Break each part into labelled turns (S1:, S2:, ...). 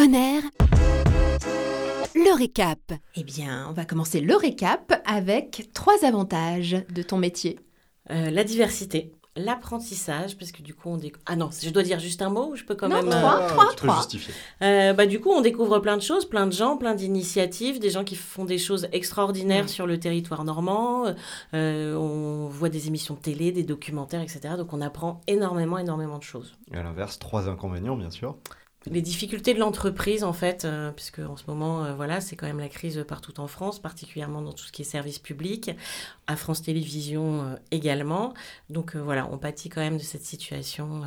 S1: honneur. Le récap.
S2: Eh bien, on va commencer le récap avec trois avantages de ton métier.
S3: Euh, la diversité, l'apprentissage, parce que du coup on découvre... Ah non, je dois dire juste un mot, ou je peux quand
S2: Non,
S3: même...
S2: trois.
S3: euh,
S2: trois,
S4: tu peux
S2: trois.
S4: justifier.
S3: euh, bah, du coup on découvre plein de choses, plein de gens, plein d'initiatives, des gens qui font des choses extraordinaires
S2: Mm.
S3: sur le territoire normand, euh, on voit des émissions de télé, des documentaires, etc. Donc on apprend énormément, énormément de choses.
S4: Et à l'inverse, trois inconvénients, bien sûr.
S3: les difficultés de l'entreprise en fait, euh, puisque en ce moment, euh, voilà, c'est quand même la crise partout en France, particulièrement dans tout ce qui est service public, à France Télévisions euh, également. Donc euh, voilà, on pâtit quand même de cette situation euh,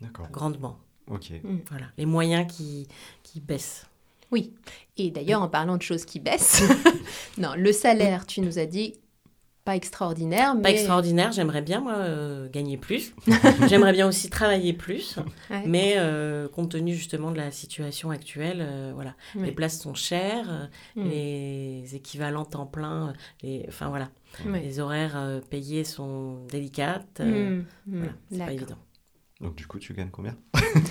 S4: D'accord.
S3: grandement.
S4: Ok.
S3: Voilà, les moyens qui, qui baissent.
S2: Et d'ailleurs, en parlant de choses qui baissent, non, le salaire, tu nous as dit, pas extraordinaire, mais...
S3: Pas extraordinaire, j'aimerais bien moi euh, gagner plus. j'aimerais bien aussi travailler plus,
S2: Ouais.
S3: mais euh, compte tenu justement de la situation actuelle, euh, voilà,
S2: Ouais.
S3: les places sont chères, euh,
S2: Mm.
S3: les équivalents temps plein, euh, les, enfin voilà.
S2: Ouais.
S3: Les horaires euh, payés sont délicates. euh,
S2: Hmm, hmm,
S3: voilà, c'est pas
S2: d'accord.
S3: évident.
S4: Donc du coup, tu gagnes combien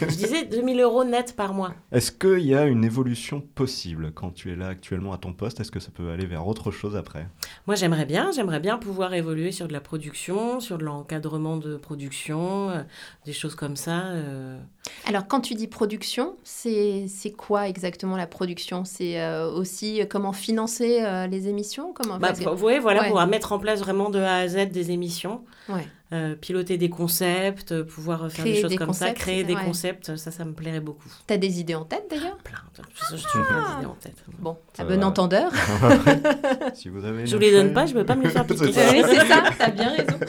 S3: Je disais 2000 euros net par mois.
S4: Est-ce qu'il y a une évolution possible quand tu es là actuellement à ton poste Est-ce que ça peut aller vers autre chose après
S3: Moi, j'aimerais bien, j'aimerais bien pouvoir évoluer sur de la production, sur de l'encadrement de production, euh, des choses comme ça. euh.
S2: Alors, quand tu dis production, c'est c'est quoi exactement la production C'est euh, aussi euh, comment financer euh, les émissions comment...
S3: Bah,
S2: parce que-
S3: vous voyez, voilà,
S2: Ouais.
S3: pouvoir mettre en place vraiment de A à Z des émissions,
S2: Ouais.
S3: euh, piloter des concepts, euh, pouvoir faire
S2: Créer
S3: des choses
S2: des
S3: comme ça,
S2: concepts,
S3: créer des
S2: ouais.
S3: concepts, ça, ça me plairait beaucoup.
S2: T'as des idées en tête d'ailleurs
S3: Plein, de-
S2: Ah.
S3: je, je- je- plein d'idées en tête.
S2: Bon, à
S4: Ça
S2: bon
S4: va.
S2: entendeur.
S4: Si vous avez
S3: Je
S4: une
S3: vous les donne
S4: feuille-
S3: pas, je peux pas me les faire
S4: C'est
S3: piquer.
S4: ça.
S2: Oui, c'est ça, t'as bien raison.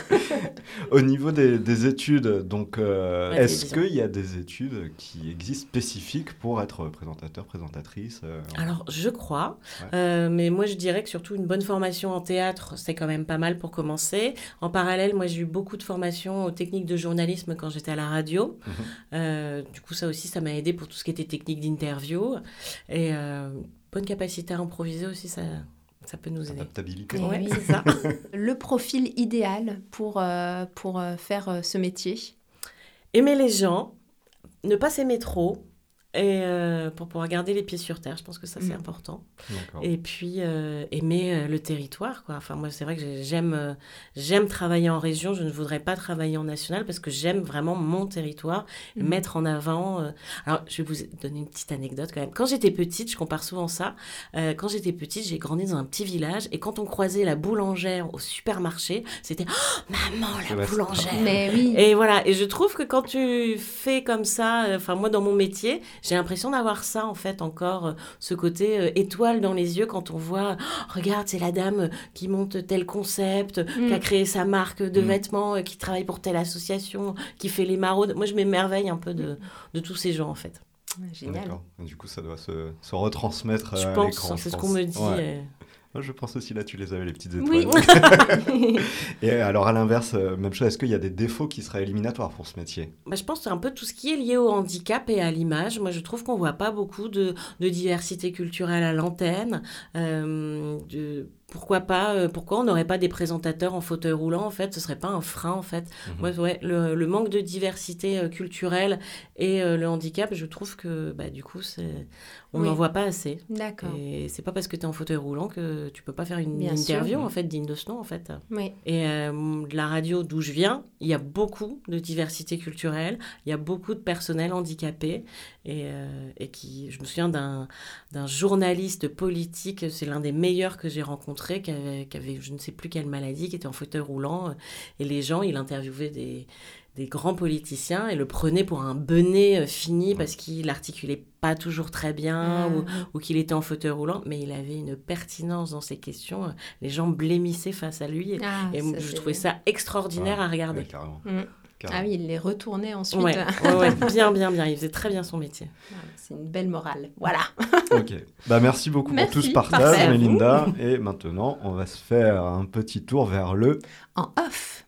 S4: Au niveau des, des études, donc euh,
S3: Ouais,
S4: est-ce
S3: télévision.
S4: qu'il y a des études qui existent spécifiques pour être présentateur, présentatrice euh,
S3: Alors, je crois,
S4: Ouais.
S3: Euh, mais moi je dirais que surtout une bonne formation en théâtre, c'est quand même pas mal pour commencer. En parallèle, moi j'ai eu beaucoup de formations aux techniques de journalisme quand j'étais à la radio.
S4: Mhm.
S3: Euh, du coup, ça aussi, ça m'a aidé pour tout ce qui était technique d'interview. Et euh, bonne capacité à improviser aussi, ça, ça peut nous aider.
S4: Adaptabilité.
S2: Eh
S3: Ouais,
S2: oui.
S3: c'est ça.
S2: Le profil idéal pour, euh, pour euh, faire euh, ce métier
S3: Aimer les gens, ne pas s'aimer trop, et euh, pour pouvoir garder les pieds sur terre, je pense que ça c'est
S2: Mhm.
S3: important.
S4: D'accord.
S3: Et puis euh, aimer euh, le territoire, quoi. Enfin, moi, c'est vrai que j'ai- j'aime euh, j'aime travailler en région. Je ne voudrais pas travailler en national parce que j'aime vraiment mon territoire,
S2: Mhm.
S3: mettre en avant. euh. Alors, je vais vous donner une petite anecdote quand même. Quand j'étais petite, je compare souvent ça. euh, quand j'étais petite, j'ai grandi dans un petit village et quand on croisait la boulangère au supermarché, c'était Oh, maman
S4: C'est
S3: la
S4: la star.
S3: boulangère.
S2: Mais oui.
S3: Et voilà, et je trouve que quand tu fais comme ça, euh, enfin moi dans mon métier, j'ai l'impression d'avoir ça en fait encore, euh, ce côté euh, étoile dans les yeux quand on voit, Oh, regarde, c'est la dame euh, qui monte tel concept, euh, qui a
S2: Mm.
S3: créé sa marque de
S4: Mm.
S3: vêtements, euh, qui travaille pour telle association, qui fait les maraudes. Moi je m'émerveille un peu de, de tous ces gens en fait.
S2: Génial.
S4: D'accord. Du coup, ça doit se, se retransmettre euh,
S3: je
S4: à
S3: pense, hein,
S4: l'écran.
S3: c'est
S4: je
S3: ce qu'on
S4: pense.
S3: me dit.
S4: Ouais.
S3: euh.
S4: Moi, je pense aussi là, tu les avais les petites étoiles.
S2: Oui.
S4: Et alors, à l'inverse, euh, même chose, est-ce qu'il y a des défauts qui seraient éliminatoires pour ce métier
S3: Bah, je pense que c'est un peu tout ce qui est lié au handicap et à l'image. Moi, je trouve qu'on voit pas beaucoup de, de diversité culturelle à l'antenne. Euh, de- pourquoi pas euh, Pourquoi on n'aurait pas des présentateurs en fauteuil roulant En fait, ce serait pas un frein en fait.
S4: Mhm.
S3: Moi, ouais, le, le manque de diversité euh, culturelle et euh, le handicap, je trouve que bah, du coup, c'est- on
S2: Oui.
S3: n'en voit pas assez.
S2: D'accord.
S3: Et c'est pas parce que tu es en fauteuil roulant que tu peux pas faire une
S2: Bien sûr.
S3: interview en fait digne de ce nom en fait.
S2: Oui.
S3: Et euh, de la radio d'où je viens, il y a beaucoup de diversité culturelle, il y a beaucoup de personnel handicapé. Et, euh, et qui, je me souviens d'un d'un journaliste politique, c'est l'un des meilleurs que j'ai rencontré, qui avait, qui avait je ne sais plus quelle maladie, qui était en fauteuil roulant. euh, Et les gens, il interviewait des, des grands politiciens et le prenait pour un benet euh, fini parce qu'il articulait pas toujours très bien.
S2: Ah,
S3: ou- ou qu'il était en fauteuil roulant, mais il avait une pertinence dans ses questions. Les gens blémissaient face à lui. Et,
S2: ah,
S3: et
S2: ça,
S3: je
S2: c'est-
S3: trouvais ça extraordinaire
S4: Ouais,
S3: à regarder.
S4: Ouais, carrément.
S2: Mm.
S4: Carrément.
S2: Ah oui, il les retournait ensuite. euh,
S3: Ouais, ouais, ouais, bien, bien, bien. Il faisait très bien son métier.
S2: Ah, C'est une belle morale. Voilà.
S4: Ok. Bah, merci beaucoup
S2: Ah Merci.
S4: pour tout ce partage,
S2: Merci à vous.
S4: Mélinda. Et maintenant, on va se faire un petit tour vers le.
S2: En off.